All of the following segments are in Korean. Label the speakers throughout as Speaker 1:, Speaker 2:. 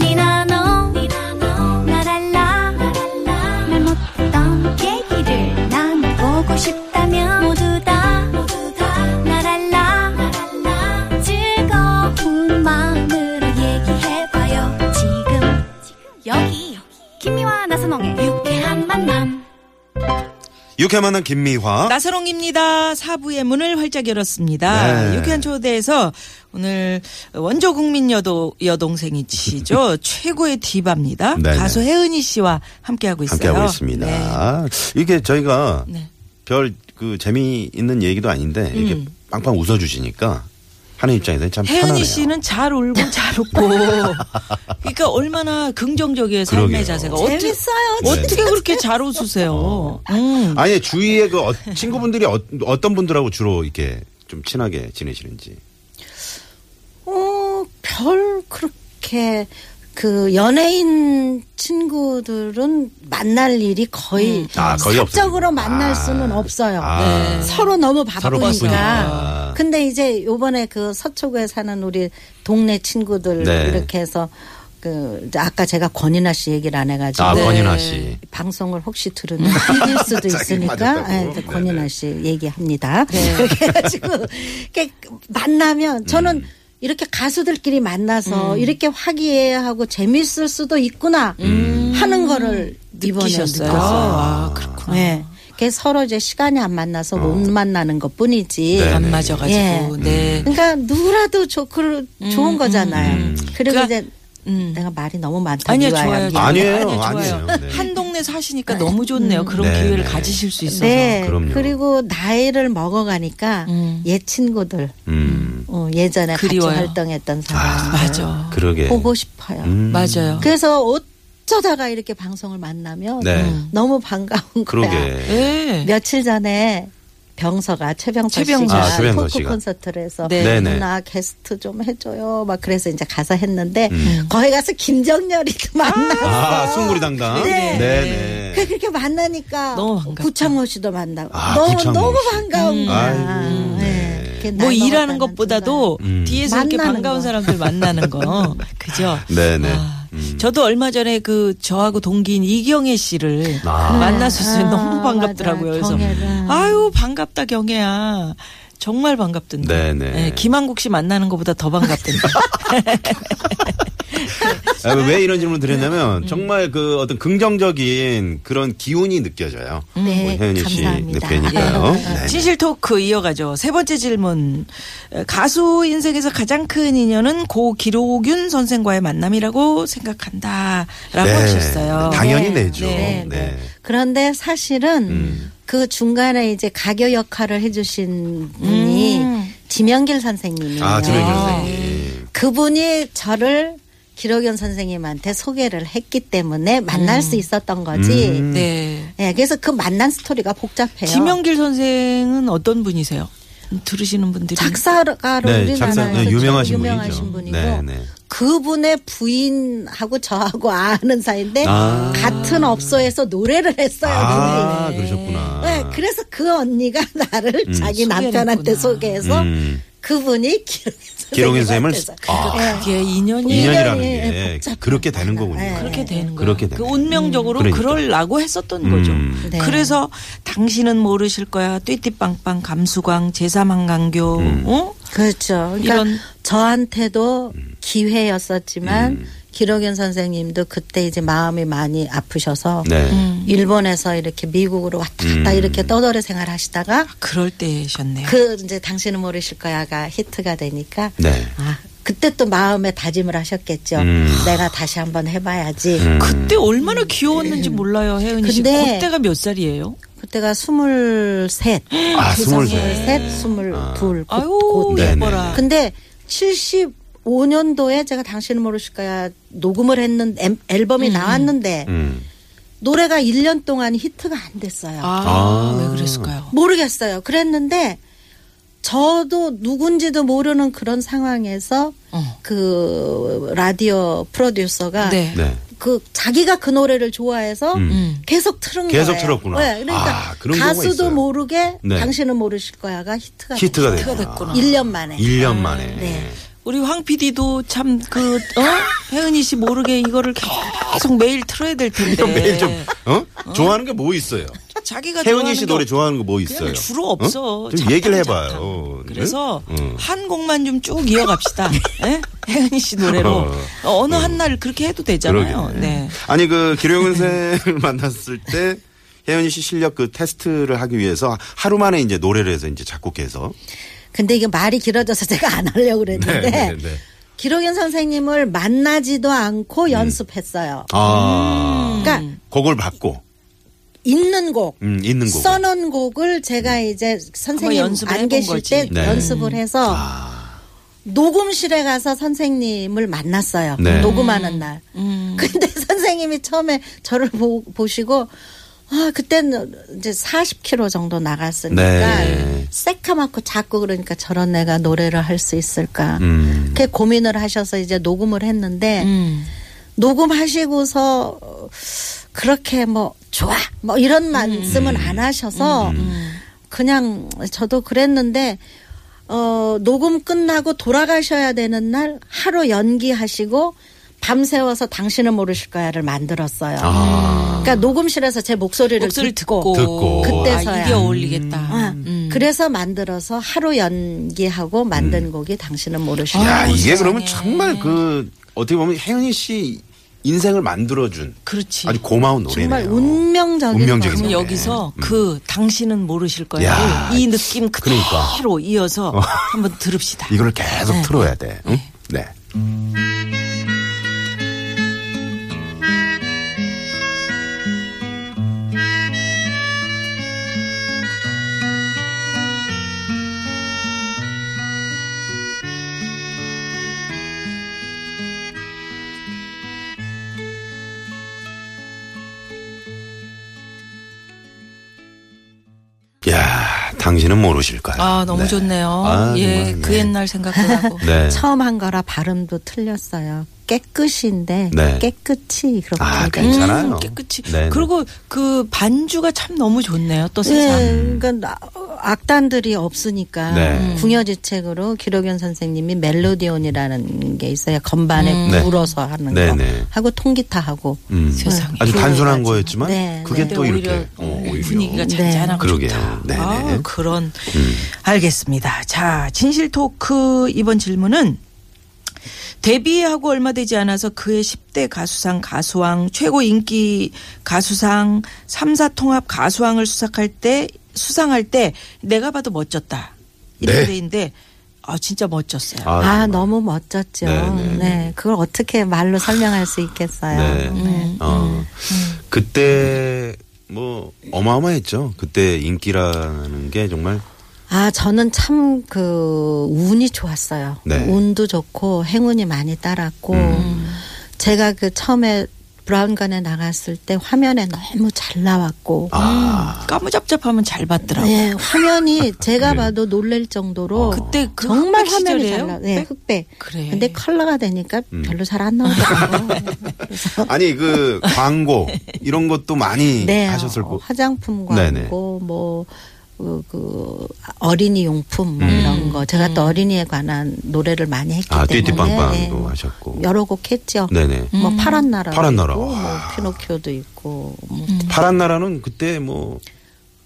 Speaker 1: 니나노 나랄라 말 못했던 얘기를 나눠보고 싶다면 모두 다 나랄라 즐거운 마음으로 얘기해봐요 지금 여기 김미와 나선홍의 유쾌한 만남
Speaker 2: 유쾌 만난 김미화.
Speaker 3: 나서롱입니다. 사부의 문을 활짝 열었습니다.
Speaker 2: 네.
Speaker 3: 유쾌한 초대에서 오늘 원조 국민 여도 여동생이시죠 최고의 디바입니다.
Speaker 2: 네네.
Speaker 3: 가수 혜은이 씨와 함께하고 있어요.
Speaker 2: 함께하고 있습니다.
Speaker 3: 네.
Speaker 2: 아, 이게 저희가
Speaker 3: 네.
Speaker 2: 별 그 재미있는 얘기도 아닌데 이렇게 빵빵 웃어주시니까 하는 입장에서는 참 편하네요.
Speaker 3: 음. 혜은이 씨는 잘 울고 잘 웃고 그러니까 얼마나 긍정적이에요 삶의
Speaker 2: 그러게요.
Speaker 3: 자세가 어떻게
Speaker 4: 재밌어요,
Speaker 3: 어떻게 그렇게 잘
Speaker 2: 어.
Speaker 3: 웃으세요? 음.
Speaker 2: 아니 주위에 그 어- 친구분들이 어, 떤 분들하고 주로 이렇게 좀 친하게 지내시는지.
Speaker 5: 어, 별 그렇게 그 연예인 친구들은 만날 일이 거의
Speaker 2: 아, 거의 없어요.
Speaker 5: 적으로 만날
Speaker 2: 아.
Speaker 5: 수는 없어요. 네.
Speaker 2: 아.
Speaker 5: 서로 너무
Speaker 2: 서로 바쁘니까.
Speaker 5: 바쁘니까. 근데 이제 요번에 그 서초구에 사는 우리 동네 친구들
Speaker 2: 네.
Speaker 5: 이렇게 해서 그 이제 아까 제가 권인아 씨 얘기를 안 해가지고 네.
Speaker 2: 아, 권인아 씨.
Speaker 5: 방송을 혹시 들으면 삐질 수도 있으니까
Speaker 2: 맞았다고.
Speaker 5: 예, 이제 권인아
Speaker 2: 네네.
Speaker 5: 씨 얘기합니다.
Speaker 3: 네.
Speaker 5: 그렇게 해가지고 이렇게 만나면 저는
Speaker 3: 음.
Speaker 5: 이렇게 가수들끼리 만나서 이렇게 화기애애하고 재밌을 수도 있구나
Speaker 3: 음.
Speaker 5: 하는 거를 이번에
Speaker 3: 느끼셨어요?
Speaker 5: 느꼈어요.
Speaker 3: 아, 그렇구나.
Speaker 2: 네,
Speaker 5: 예. 그 서로 이제 시간이 안 만나서 못
Speaker 3: 어.
Speaker 5: 만나는 것 뿐이지.
Speaker 2: 네. 음.
Speaker 3: 안 맞아가지고
Speaker 5: 예.
Speaker 3: 네.
Speaker 5: 그러니까 누구라도 좋, 그, 좋은 거잖아요. 그리고
Speaker 3: 음, 그러니까,
Speaker 5: 이제
Speaker 3: 음.
Speaker 5: 내가 말이 너무 많다.
Speaker 3: 아니요,
Speaker 5: 미화야.
Speaker 3: 좋아요.
Speaker 5: 미안.
Speaker 2: 아니에요,
Speaker 3: 좋아요.
Speaker 2: 아니에요. 네.
Speaker 3: 한 동네 사시니까 너무 좋네요. 그런
Speaker 2: 네,
Speaker 3: 기회를
Speaker 2: 네.
Speaker 3: 가지실 수 있어서.
Speaker 5: 네.
Speaker 2: 그럼요.
Speaker 5: 그리고 나이를 먹어가니까 옛 친구들,
Speaker 2: 음,
Speaker 5: 어, 예전에
Speaker 3: 음. 그리워요.
Speaker 5: 같이 활동했던 사람
Speaker 3: 맞아.
Speaker 2: 그러게.
Speaker 5: 보고 싶어요.
Speaker 2: 예. 음.
Speaker 3: 맞아요.
Speaker 5: 그래서 어쩌다가 이렇게 방송을 만나면
Speaker 2: 네.
Speaker 5: 너무 반가운 거야.
Speaker 2: 그러게.
Speaker 3: 네.
Speaker 5: 며칠 전에 병서가 최병서
Speaker 3: 최병서
Speaker 5: 씨가
Speaker 2: 아, 최병서
Speaker 5: 토크
Speaker 2: 씨가.
Speaker 5: 콘서트를 해서
Speaker 3: 네.
Speaker 2: 네네.
Speaker 5: 누나 게스트 좀 해줘요. 막 그래서 이제 가서 했는데
Speaker 2: 음.
Speaker 5: 거기 가서 김정렬이 또 만나.
Speaker 2: 아, 숭구리 당당.
Speaker 5: 네.
Speaker 2: 네.
Speaker 5: 그 그렇게 만나니까
Speaker 3: 너무 반갑다.
Speaker 5: 구창호 씨도 만나고
Speaker 2: 아,
Speaker 5: 너무
Speaker 2: 구창모
Speaker 5: 너무
Speaker 2: 씨.
Speaker 5: 반가운 거야.
Speaker 2: 아이고, 네.
Speaker 5: 네. 이렇게
Speaker 3: 뭐
Speaker 5: 날
Speaker 3: 일하는
Speaker 5: 먹었다는
Speaker 3: 것보다도
Speaker 2: 음.
Speaker 3: 뒤에서 이렇게
Speaker 5: 만나는
Speaker 3: 반가운
Speaker 5: 거.
Speaker 3: 사람들 만나는 거. 그죠?
Speaker 2: 네, 네.
Speaker 3: 아, 저도 얼마 전에 그 저하고 동기인 이경혜 씨를
Speaker 2: 아.
Speaker 3: 만났었어요.
Speaker 5: 아,
Speaker 3: 너무 반갑더라고요. 그래서
Speaker 5: 맞아. 경혜가.
Speaker 3: 아유 반갑다 경혜야. 정말 반갑던데.
Speaker 2: 네, 네.
Speaker 3: 김한국 씨 만나는 것보다 더 반갑던데.
Speaker 2: 아,
Speaker 5: 네.
Speaker 2: 왜 이런 질문 드렸냐면 정말 그 어떤 긍정적인 그런 기운이 느껴져요.
Speaker 5: 생각.
Speaker 2: 우리
Speaker 5: 네,
Speaker 2: 혜은이 씨
Speaker 5: 감사합니다.
Speaker 2: 뵈니까요. 네.
Speaker 3: 진실 토크 이어가죠. 세 번째 질문. 에, 가수 인생에서 가장 큰 인연은 고 기록윤 선생과의 만남이라고 생각한다라고 하셨어요.
Speaker 2: 네. 당연히 내죠.
Speaker 5: 네,
Speaker 2: 네.
Speaker 5: 네. 그런데 사실은
Speaker 2: 음.
Speaker 5: 그 중간에 이제 가교 역할을 해주신 분이
Speaker 3: 음.
Speaker 5: 지명길 선생님이에요.
Speaker 2: 아, 지명길
Speaker 5: 네.
Speaker 2: 선생님. 네,
Speaker 5: 그분이 저를 기록연 선생님한테 소개를 했기 때문에 만날
Speaker 3: 음.
Speaker 5: 수 있었던 거지.
Speaker 2: 음.
Speaker 3: 네.
Speaker 5: 예, 그래서 그 만난 스토리가 복잡해요.
Speaker 3: 지명길 선생은 어떤 분이세요? 들으시는 분들이
Speaker 5: 작사가로
Speaker 2: 네, 작사-
Speaker 5: 우리나라에서
Speaker 2: 네,
Speaker 5: 제일
Speaker 2: 유명하신 분이죠.
Speaker 5: 분이고
Speaker 2: 네, 네.
Speaker 5: 그분의 부인하고 저하고 아는 사이인데
Speaker 2: 아.
Speaker 5: 같은 업소에서 노래를 했어요.
Speaker 2: 아,
Speaker 5: 둘이.
Speaker 2: 그러셨구나.
Speaker 5: 네, 그래서 그 언니가 나를 자기 남편한테
Speaker 3: 소개했구나.
Speaker 5: 소개해서
Speaker 2: 음.
Speaker 5: 그분이
Speaker 2: 기록인
Speaker 5: 기록인
Speaker 2: 쌤을
Speaker 5: 선생님한테서. 네,
Speaker 2: 아,
Speaker 3: 그게 인연이
Speaker 5: 인연-
Speaker 2: 인연이라는
Speaker 5: 인연이 예,
Speaker 2: 게
Speaker 5: 복잡합니다.
Speaker 2: 그렇게 되는 거군요.
Speaker 5: 네.
Speaker 3: 그렇게 되는 거예요.
Speaker 2: 그렇게
Speaker 3: 그
Speaker 2: 되는
Speaker 3: 운명적으로
Speaker 2: 거예요.
Speaker 3: 그럴라고 했었던 거죠.
Speaker 2: 음.
Speaker 5: 네.
Speaker 3: 그래서 당신은 모르실 거야. 띠띠빵빵 감수광 제삼한강교
Speaker 2: 음.
Speaker 3: 어?
Speaker 5: 그렇죠. 그러니까
Speaker 3: 이런-
Speaker 5: 저한테도
Speaker 2: 음.
Speaker 5: 기회였었지만 기록연 선생님도 그때 이제 마음이 많이 아프셔서
Speaker 2: 네.
Speaker 5: 일본에서 이렇게 미국으로 왔다 갔다
Speaker 2: 음.
Speaker 5: 이렇게 떠돌이 생활하시다가
Speaker 3: 그럴 때셨네요.
Speaker 5: 그 이제 당신은 모르실 거야가 히트가 되니까
Speaker 2: 네.
Speaker 5: 아 그때 또 마음에 다짐을 하셨겠죠.
Speaker 2: 음.
Speaker 5: 내가 다시 한번 해봐야지.
Speaker 3: 그때 얼마나 귀여웠는지 몰라요, 혜은이 씨.
Speaker 5: 근데-
Speaker 3: 그때가 몇 살이에요?
Speaker 5: 그때가 스물셋,
Speaker 2: 아,
Speaker 5: 음. 스물셋,
Speaker 2: 23.
Speaker 5: 스물둘.
Speaker 3: 아유,
Speaker 5: 곧
Speaker 2: 네네.
Speaker 3: 예뻐라.
Speaker 5: 근데 75년도에 제가 당신은 모르실 거야 녹음을 했는 데 앨범이 나왔는데
Speaker 2: 음.
Speaker 5: 노래가 1년 동안 히트가 안 됐어요.
Speaker 3: 아,
Speaker 2: 아.
Speaker 3: 왜 그랬을까요?
Speaker 5: 모르겠어요. 그랬는데 저도 누군지도 모르는 그런 상황에서
Speaker 3: 어.
Speaker 5: 그 라디오 프로듀서가
Speaker 3: 네.
Speaker 2: 네.
Speaker 5: 그 자기가 그 노래를 좋아해서 계속 틀은 거예요.
Speaker 2: 음. 계속 틀었구나.
Speaker 5: 네, 그러니까
Speaker 2: 아, 그런 경우가
Speaker 5: 가수도
Speaker 2: 있어요.
Speaker 5: 모르게
Speaker 2: 네.
Speaker 5: 당신은 모르실 거야가 히트가
Speaker 2: 히트가
Speaker 5: 됐어요.
Speaker 2: 됐구나.
Speaker 5: 1년 만에.
Speaker 2: 1년 만에.
Speaker 5: 네.
Speaker 3: 우리 황 PD도 참 그, 어? 혜은이 씨 모르게 이거를 계속 매일 틀어야 될 텐데.
Speaker 2: 매일 좀,
Speaker 5: 네.
Speaker 2: 어? 좋아하는 게 뭐 있어요?
Speaker 3: 자기가
Speaker 2: 혜은이 씨
Speaker 3: 좋아하는 게
Speaker 2: 노래 좋아하는 거 뭐
Speaker 3: 그냥
Speaker 2: 있어요?
Speaker 3: 주로
Speaker 2: 어?
Speaker 3: 없어.
Speaker 2: 좀
Speaker 3: 잡담,
Speaker 2: 얘기를
Speaker 3: 잡담.
Speaker 2: 해봐요.
Speaker 3: 그래서
Speaker 2: 네? 어.
Speaker 3: 한 곡만 좀 쭉
Speaker 2: 네.
Speaker 3: 이어갑시다. 예? 혜은이 씨 노래로 어, 느 한 날 그렇게 해도 되잖아요.
Speaker 2: 그러게.
Speaker 3: 네.
Speaker 2: 아니 그 기룡은 쌤을 만났을 때 혜연이 씨 실력 그 테스트를 하기 위해서 하루 만에 이제 노래를 해서 이제 작곡해서
Speaker 5: 근데 이게 말이 길어져서 제가 안 하려고
Speaker 2: 네,
Speaker 5: 그랬는데
Speaker 2: 네, 네.
Speaker 5: 기록연 선생님을 만나지도 않고
Speaker 2: 음.
Speaker 5: 연습했어요.
Speaker 2: 아
Speaker 5: 그러니까
Speaker 2: 곡을 받고
Speaker 5: 있는 곡,
Speaker 2: 음, 있는 곡을. 음.
Speaker 5: 써놓은 곡을 제가 이제 선생님
Speaker 3: 연습을 해본
Speaker 5: 안 계실
Speaker 3: 거지.
Speaker 5: 때
Speaker 2: 네. 아.
Speaker 5: 연습을 해서 녹음실에 가서 선생님을 만났어요.
Speaker 2: 네.
Speaker 5: 녹음하는 날. 근데 선생님이 처음에 저를 보, 시고 아, 그때는 이제 40kg 정도 나갔으니까
Speaker 2: 네.
Speaker 5: 새카맣고 작고 그러니까 저런 애가 노래를 할 수 있을까.
Speaker 2: 음.
Speaker 5: 그렇게 고민을 하셔서 이제 녹음을 했는데
Speaker 3: 음.
Speaker 5: 녹음하시고서 어, 그렇게 뭐 좋아 뭐 이런 말씀은 안 하셔서 그냥 저도 그랬는데 어 녹음 끝나고 돌아가셔야 되는 날 하루 연기하시고 밤새워서 당신은 모르실 거야를 만들었어요. 그러니까 녹음실에서 제 목소리를
Speaker 3: 목소리를
Speaker 5: 듣고,
Speaker 3: 듣고,
Speaker 2: 네. 듣고.
Speaker 5: 그때서야.
Speaker 3: 아, 이게 어울리겠다.
Speaker 5: 아,
Speaker 3: 음.
Speaker 5: 그래서 만들어서 하루 연기하고 만든 곡이 당신은 모르실
Speaker 2: 음.
Speaker 5: 거야.
Speaker 2: 아, 야 이게 그러면 정말 그 어떻게 보면 혜연이 씨 인생을 만들어준
Speaker 3: 그렇지.
Speaker 2: 아주 고마운 노래네요.
Speaker 5: 정말 운명적인
Speaker 2: 운명적인
Speaker 5: 거죠.
Speaker 3: 그럼
Speaker 2: 네.
Speaker 3: 여기서 그 당신은 모르실
Speaker 2: 야,
Speaker 3: 거야. 이 느낌 그대로
Speaker 2: 그러니까.
Speaker 3: 이어서 한번 들읍시다.
Speaker 2: 이걸 계속 틀어야 돼. 응? 네. 야, 당신은 모르실 거야.
Speaker 3: 아 너무
Speaker 2: 네.
Speaker 3: 좋네요.
Speaker 2: 아,
Speaker 3: 예,
Speaker 2: 정말,
Speaker 3: 그
Speaker 2: 네.
Speaker 3: 옛날 생각도 나고.
Speaker 2: 네.
Speaker 5: 처음 한 거라 발음도 틀렸어요. 깨끗인데
Speaker 2: 네.
Speaker 5: 깨끗이 그렇게
Speaker 2: 아,
Speaker 5: 돼.
Speaker 2: 괜찮- 괜찮아요.
Speaker 3: 음,
Speaker 5: 음,
Speaker 3: 깨끗이.
Speaker 2: 네, 네.
Speaker 3: 그리고 그 반주가 참 너무 좋네요. 또 세상.
Speaker 5: 예, 그러니까 악단들이 없으니까
Speaker 2: 네. 음.
Speaker 5: 궁여지책으로 기록연 선생님이 멜로디온이라는 게 있어요. 건반에
Speaker 2: 네.
Speaker 5: 불어서 하는
Speaker 2: 네,
Speaker 5: 거
Speaker 2: 네.
Speaker 5: 하고 통기타 하고
Speaker 2: 음.
Speaker 3: 세상에.
Speaker 2: 아주 단순한
Speaker 5: 그래가지고.
Speaker 2: 거였지만
Speaker 5: 네,
Speaker 2: 그게
Speaker 5: 네.
Speaker 2: 또 이렇게
Speaker 3: 오히려
Speaker 2: 어, 오히려.
Speaker 3: 분위기가
Speaker 5: 네.
Speaker 3: 잔잔하고
Speaker 2: 그러게요.
Speaker 3: 좋다.
Speaker 2: 네네.
Speaker 3: 아, 그런 알겠습니다. 자 진실 토크 이번 질문은 데뷔하고 얼마 되지 않아서 그해 10대 가수상 가수왕 최고 인기 가수상 삼사 통합 가수왕을 수상할 때 수상할 때 내가 봐도 멋졌다 이런
Speaker 2: 네.
Speaker 3: 데인데 아 진짜 멋졌어요.
Speaker 5: 아,
Speaker 2: 아,
Speaker 5: 너무 멋졌죠.
Speaker 2: 네,
Speaker 5: 네,
Speaker 2: 네.
Speaker 5: 그걸 어떻게 말로 설명할 수 있겠어요.
Speaker 2: 네.
Speaker 5: 네.
Speaker 2: 어. 그때 뭐 어마어마했죠. 그때 인기라는 게 정말
Speaker 5: 아 저는 참 그 운이 좋았어요.
Speaker 2: 네.
Speaker 5: 운도 좋고 행운이 많이 따랐고 제가 그 처음에 브라운관에 나갔을 때 화면에 너무 잘 나왔고
Speaker 2: 아.
Speaker 3: 까무잡잡하면 잘 받더라고. 요
Speaker 5: 네, 화면이 제가
Speaker 2: 네.
Speaker 5: 봐도 놀랄 정도로
Speaker 3: 그때 그
Speaker 5: 정말
Speaker 3: 흑백
Speaker 5: 화면이
Speaker 3: 시절이에요?
Speaker 5: 잘 나. 네,
Speaker 3: 흑백?
Speaker 5: 흑백.
Speaker 3: 그래.
Speaker 5: 근데 컬러가 되니까 별로 잘 안 나오더라고요. 그래서
Speaker 2: 아니 그 광고 이런 것도 많이
Speaker 5: 음. 네,
Speaker 2: 하셨을
Speaker 5: 어,
Speaker 2: 거.
Speaker 5: 화장품
Speaker 2: 네네.
Speaker 5: 광고 뭐. 어, 그 어린이 용품 뭐 이런 거 제가 또 어린이에 관한 노래를 많이 했기
Speaker 2: 아,
Speaker 5: 때문에
Speaker 2: 띠띠빵빵도
Speaker 5: 네.
Speaker 2: 하셨고.
Speaker 5: 여러 곡 했죠.
Speaker 2: 네네.
Speaker 3: 음.
Speaker 5: 뭐 파란 나라,
Speaker 2: 파란 나라. 아.
Speaker 5: 있고, 뭐
Speaker 2: 와.
Speaker 5: 피노키오도 있고, 뭐
Speaker 3: 음.
Speaker 2: 파란 나라는 그때 뭐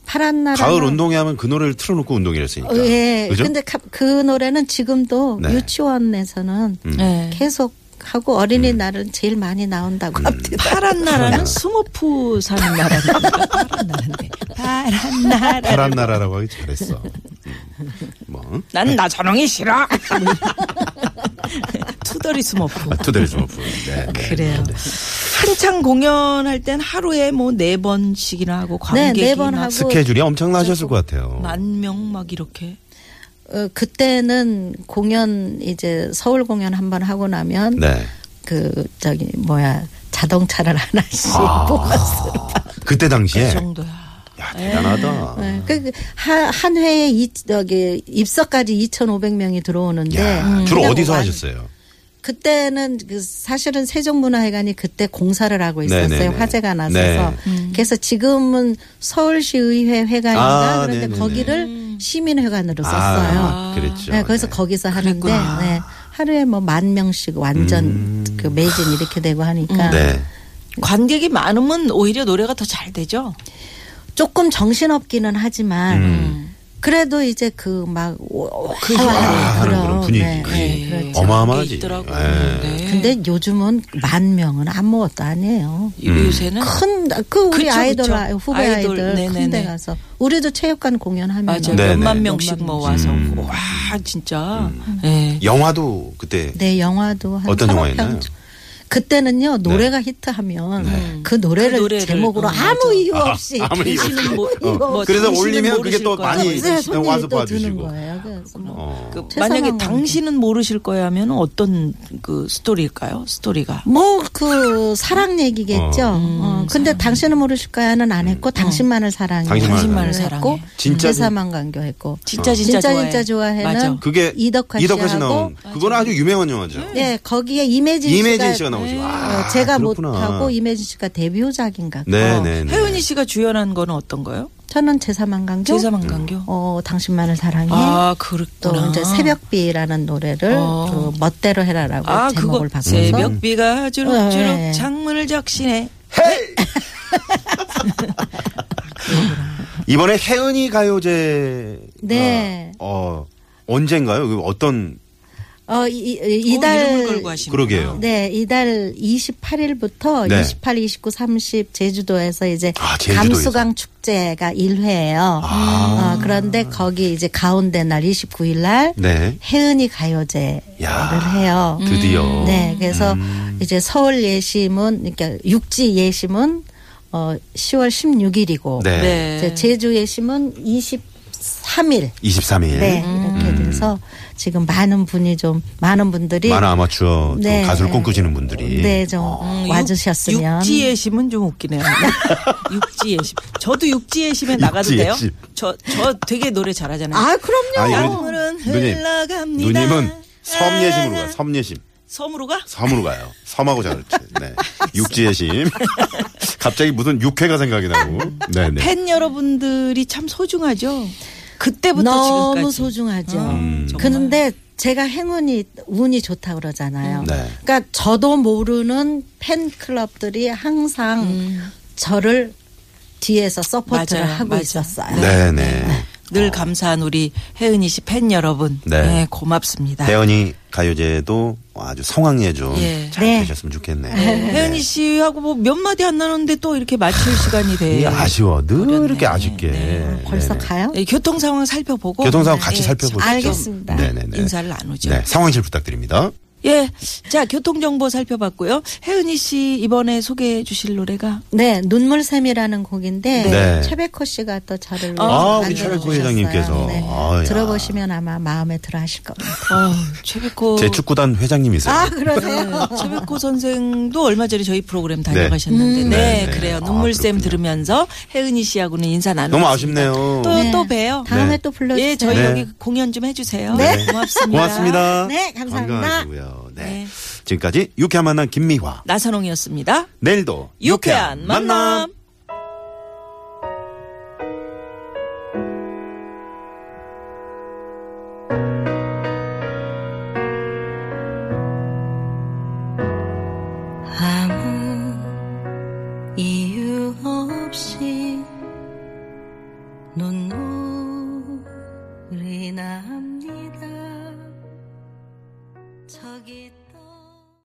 Speaker 5: 파란 나라.
Speaker 2: 가을 운동회 하면 그 노래를 틀어놓고 운동회를 했으니까.
Speaker 5: 어, 예.
Speaker 2: 그죠?
Speaker 5: 근데 가- 그 노래는 지금도
Speaker 2: 네. 음.
Speaker 5: 유치원에서는
Speaker 3: 네.
Speaker 5: 계속 하고 어린이날은 제일 많이 나온다고
Speaker 2: 음.
Speaker 5: 합니다.
Speaker 3: 파란 나라는 스모프 사는 나라니까 파란 나라인데 파란 나라.
Speaker 2: 파란 나라라고 하기 잘했어. 음. 뭐
Speaker 3: 난 나선홍이 싫어. 투덜이 스머프.
Speaker 2: 투데이 아, 좀 오픈. 네. 네.
Speaker 3: 그래요. 뭐 한창 공연할 땐 하루에 뭐 네 번씩이나 하고
Speaker 5: 네,
Speaker 3: 관객이
Speaker 5: 네 번
Speaker 3: 막
Speaker 5: 하고
Speaker 2: 스케줄이 엄청나셨을 것 같아요.
Speaker 3: 만 명 막 이렇게.
Speaker 5: 어, 그때는 공연 이제 서울 공연 한 번 하고 나면
Speaker 2: 네.
Speaker 5: 그 저기 뭐야 자동차를 하나씩
Speaker 2: 아.
Speaker 5: 뽑았어요.
Speaker 2: 그때 당시에
Speaker 3: 그 정도야.
Speaker 2: 야 대단하다.
Speaker 5: 네, 그, 한, 한 회에 이, 저기, 입석까지 2,500명이 들어오는데.
Speaker 2: 야, 주로
Speaker 5: 네. 음, 그냥
Speaker 2: 어디서
Speaker 5: 완-
Speaker 2: 하셨어요?
Speaker 5: 그때는 그 사실은 세종문화회관이 그때 공사를 하고 있었어요.
Speaker 2: 네네네.
Speaker 5: 화재가 나서서.
Speaker 2: 네.
Speaker 5: 그래서 지금은 서울시의회 회관인가
Speaker 2: 아,
Speaker 5: 그런데
Speaker 2: 네네네.
Speaker 5: 거기를 시민회관으로 썼어요.
Speaker 2: 아, 그랬죠.
Speaker 5: 네, 그래서 거기서 하는데 네, 하루에 뭐 만 명씩 완전 그 매진 이렇게 되고 하니까
Speaker 2: 음. 네.
Speaker 3: 관객이 많으면 오히려 노래가 더 잘 되죠.
Speaker 5: 조금 정신없기는 하지만 그래도 이제 그 막
Speaker 2: 음. 아, 하는 그런 분위기.
Speaker 3: 네,
Speaker 5: 그렇죠.
Speaker 2: 어마어마하지.
Speaker 6: 그게 있더라고요.
Speaker 2: 예.
Speaker 6: 네.
Speaker 5: 근데 요즘은 만 명은 아무것도 아니에요.
Speaker 6: 이거 요새는
Speaker 2: 음.
Speaker 5: 큰 그
Speaker 3: 네.
Speaker 5: 우리
Speaker 3: 그쵸,
Speaker 5: 아이돌
Speaker 3: 그쵸.
Speaker 5: 아- 후배
Speaker 3: 아이돌,
Speaker 5: 아이돌,
Speaker 3: 네네네.
Speaker 5: 큰데 가서 우리도 체육관 공연하면
Speaker 3: 맞아요.
Speaker 2: 네,
Speaker 3: 몇만
Speaker 2: 네. 음.
Speaker 3: 명씩 뭐 와서 와 진짜.
Speaker 5: 음.
Speaker 3: 네.
Speaker 2: 영화도 그때
Speaker 5: 네 영화도 한
Speaker 2: 어떤
Speaker 5: 서너
Speaker 2: 영화 있나요? 네.
Speaker 5: 편 주- 그때는요 노래가 히트하면 그 노래를,
Speaker 3: 그 노래를,
Speaker 5: 제목으로
Speaker 3: 어,
Speaker 5: 아무 이유 없이
Speaker 2: 아무 이유 없이.
Speaker 5: 아무
Speaker 3: 뭐-
Speaker 5: 이유
Speaker 3: 뭐
Speaker 5: 없이
Speaker 2: 어, 그래서
Speaker 3: 당신은
Speaker 2: 올리면 그게 또
Speaker 3: 모르실 거야.
Speaker 2: 많이 네,
Speaker 5: 그래서 네, 손님이
Speaker 2: 와서
Speaker 5: 또 드는
Speaker 2: 봐주시고.
Speaker 5: 거예요. 그래서 뭐
Speaker 2: 어.
Speaker 3: 그
Speaker 5: 최상황
Speaker 3: 만약에
Speaker 5: 왕.
Speaker 3: 당신은 모르실 거야 하면 어떤 그 스토리일까요? 스토리가.
Speaker 5: 뭐 그 사랑 얘기겠죠. 어.
Speaker 3: 음,
Speaker 5: 근데 당신은 모르실 거야는 안 했고 당신만을 사랑해.
Speaker 2: 음, 어. 당신만을
Speaker 3: 사랑해.
Speaker 5: 했고
Speaker 2: 진짜
Speaker 5: 회사만 간교했고.
Speaker 3: 진짜 진짜,
Speaker 5: 진짜 진짜,
Speaker 3: 좋아해.
Speaker 5: 좋아해는
Speaker 3: 맞아.
Speaker 2: 그게
Speaker 5: 이덕화
Speaker 2: 이덕화씨
Speaker 5: 씨하고-
Speaker 2: 나온 그거는 아주 유명한 영화죠.
Speaker 5: 예 거기에 이매진 씨가
Speaker 2: 이매진 씨가 나오죠. 아,
Speaker 5: 어, 제가
Speaker 2: 그렇구나.
Speaker 5: 못하고 이매진 씨가 데뷔작인가.
Speaker 2: 네,
Speaker 3: 어,
Speaker 2: 네, 네.
Speaker 3: 혜은이 씨가 주연한 거는 어떤 거요?
Speaker 5: 저는 제사만 간교.
Speaker 2: 음.
Speaker 3: 제사만 간교.
Speaker 5: 어 당신만을 사랑해.
Speaker 3: 아
Speaker 5: 또
Speaker 3: 그렇구나.
Speaker 5: 이제 새벽비라는 노래를
Speaker 3: 어.
Speaker 5: 그 멋대로 해라라고
Speaker 3: 아
Speaker 5: 제목을
Speaker 3: 그거
Speaker 5: 바꿔서
Speaker 3: 새벽비가 주룩주룩
Speaker 5: 네.
Speaker 3: 창문을 적시네.
Speaker 2: 이번에 혜은이 가요제.
Speaker 5: 네.
Speaker 2: 어, 언젠가요? 그 어떤,
Speaker 5: 어, 이, 이,
Speaker 3: 어, 이름을
Speaker 5: 이달
Speaker 3: 걸고 하시는
Speaker 2: 그러게요.
Speaker 5: 네, 이달 28일부터
Speaker 2: 네.
Speaker 5: 28, 29, 30 제주도에서 이제
Speaker 2: 아, 제주도에서. 아.
Speaker 5: 감수강 축제가 1회예요. 어, 그런데 거기 이제 가운데 날 29일 날
Speaker 2: 네.
Speaker 5: 혜은이 가요제를
Speaker 2: 야.
Speaker 5: 해요.
Speaker 2: 드디어. 음.
Speaker 5: 네, 그래서 이제 서울 예심은 그러니까 육지 예심은 어 10월 16일이고
Speaker 2: 네.
Speaker 3: 네.
Speaker 5: 제주 예심은 23일.
Speaker 2: 23일.
Speaker 5: 네, 이렇게 돼서 지금 많은 분이 좀 많은 분들이
Speaker 2: 음. 많은 아마추어 예. 어. 좀
Speaker 5: 네.
Speaker 2: 가수를 꿈꾸시는 분들이.
Speaker 5: 네, 좀
Speaker 3: 음,
Speaker 5: 와주셨으면.
Speaker 3: 육, 지의 심은 좀 웃기네요. 육지의 심. 저도 육지의 심에 나가도
Speaker 2: 육지의
Speaker 3: 돼요?
Speaker 2: 심.
Speaker 3: 저, 저 되게 노래 잘하잖아요.
Speaker 5: 아, 그럼요.
Speaker 2: 아니,
Speaker 3: 강물은
Speaker 2: 누님,
Speaker 3: 흘러갑니다. 아,
Speaker 2: 누님은 섬예심으로
Speaker 5: 네.
Speaker 2: 가요. 섬예심.
Speaker 3: 섬으로 가?
Speaker 2: 섬으로 가요. 섬하고 잘 어울려. 네. 육지예심. 갑자기 무슨 육회가 생각이 나고. 네, 네.
Speaker 3: 팬 여러분들이 참 소중하죠. 그때부터
Speaker 5: 너무
Speaker 3: 지금까지.
Speaker 5: 소중하죠.
Speaker 3: 음.
Speaker 5: 그런데 제가 행운이 운이 좋다 그러잖아요.
Speaker 2: 네.
Speaker 5: 그러니까 저도 모르는 팬클럽들이 항상
Speaker 2: 음.
Speaker 5: 저를 뒤에서 서포트를
Speaker 3: 맞아요,
Speaker 5: 하고
Speaker 3: 맞아요.
Speaker 5: 있었어요.
Speaker 2: 네, 네.
Speaker 3: 늘 감사한 우리 혜은이 씨 팬 여러분.
Speaker 2: 네.
Speaker 3: 네. 고맙습니다.
Speaker 2: 대현이 가요제도 아주 성황리에 좀
Speaker 3: 예.
Speaker 2: 잘
Speaker 5: 네.
Speaker 2: 되셨으면 좋겠네요.
Speaker 3: 혜은이 씨하고 뭐 몇 마디 안 나눴는데 또 이렇게 맞출 시간이
Speaker 2: 이
Speaker 3: 돼.
Speaker 2: 아쉬워. 늘
Speaker 3: 예. 어렵네.
Speaker 2: 이렇게 아쉽게.
Speaker 5: 어, 벌써
Speaker 2: 네, 네.
Speaker 5: 가요?
Speaker 3: 네, 교통 상황 살펴보고
Speaker 2: 교통 상황 같이
Speaker 3: 예,
Speaker 2: 살펴보시죠.
Speaker 5: 알겠습니다.
Speaker 2: 네네네.
Speaker 3: 인사를 나누죠.
Speaker 2: 네, 상황실 부탁드립니다.
Speaker 3: 예. 자, 교통정보 살펴봤고요. 혜은이 씨 이번에 소개해 주실 노래가
Speaker 5: 네, 눈물샘이라는 곡인데
Speaker 2: 네.
Speaker 5: 최백호 씨가 또 저를
Speaker 2: 아,
Speaker 5: 만들어
Speaker 2: 우리 최백호
Speaker 5: 주셨어요.
Speaker 2: 회장님께서.
Speaker 5: 네.
Speaker 2: 아야.
Speaker 5: 들어보시면 아마 마음에 들어하실 겁니다.
Speaker 3: 어, 최백호
Speaker 2: 제 축구단 회장님이세요.
Speaker 5: 아, 그러세요?
Speaker 3: 최백호 선생도 얼마 전에 저희 프로그램 다녀가셨는데
Speaker 2: 음.
Speaker 3: 네,
Speaker 2: 네, 네.
Speaker 3: 그래요
Speaker 2: 아,
Speaker 3: 눈물샘
Speaker 2: 그렇군요.
Speaker 3: 들으면서 혜은이 씨하고는 인사 나누고
Speaker 2: 너무 아쉽네요.
Speaker 3: 또 또 봬요
Speaker 5: 다음에
Speaker 2: 네.
Speaker 5: 또 불러주세요.
Speaker 3: 예 저희
Speaker 2: 네.
Speaker 3: 여기 공연 좀 해주세요
Speaker 2: 네.
Speaker 3: 고맙습니다
Speaker 2: 고맙습니다.
Speaker 5: 네, 감사합니다.
Speaker 2: 건강하시고요. 네.
Speaker 3: 네.
Speaker 2: 지금까지 유쾌한 만남 김미화.
Speaker 3: 나선홍이었습니다
Speaker 2: 내일도
Speaker 3: 유쾌한 만남.
Speaker 1: 아무 이유 없이 눈물이 납니다. 저기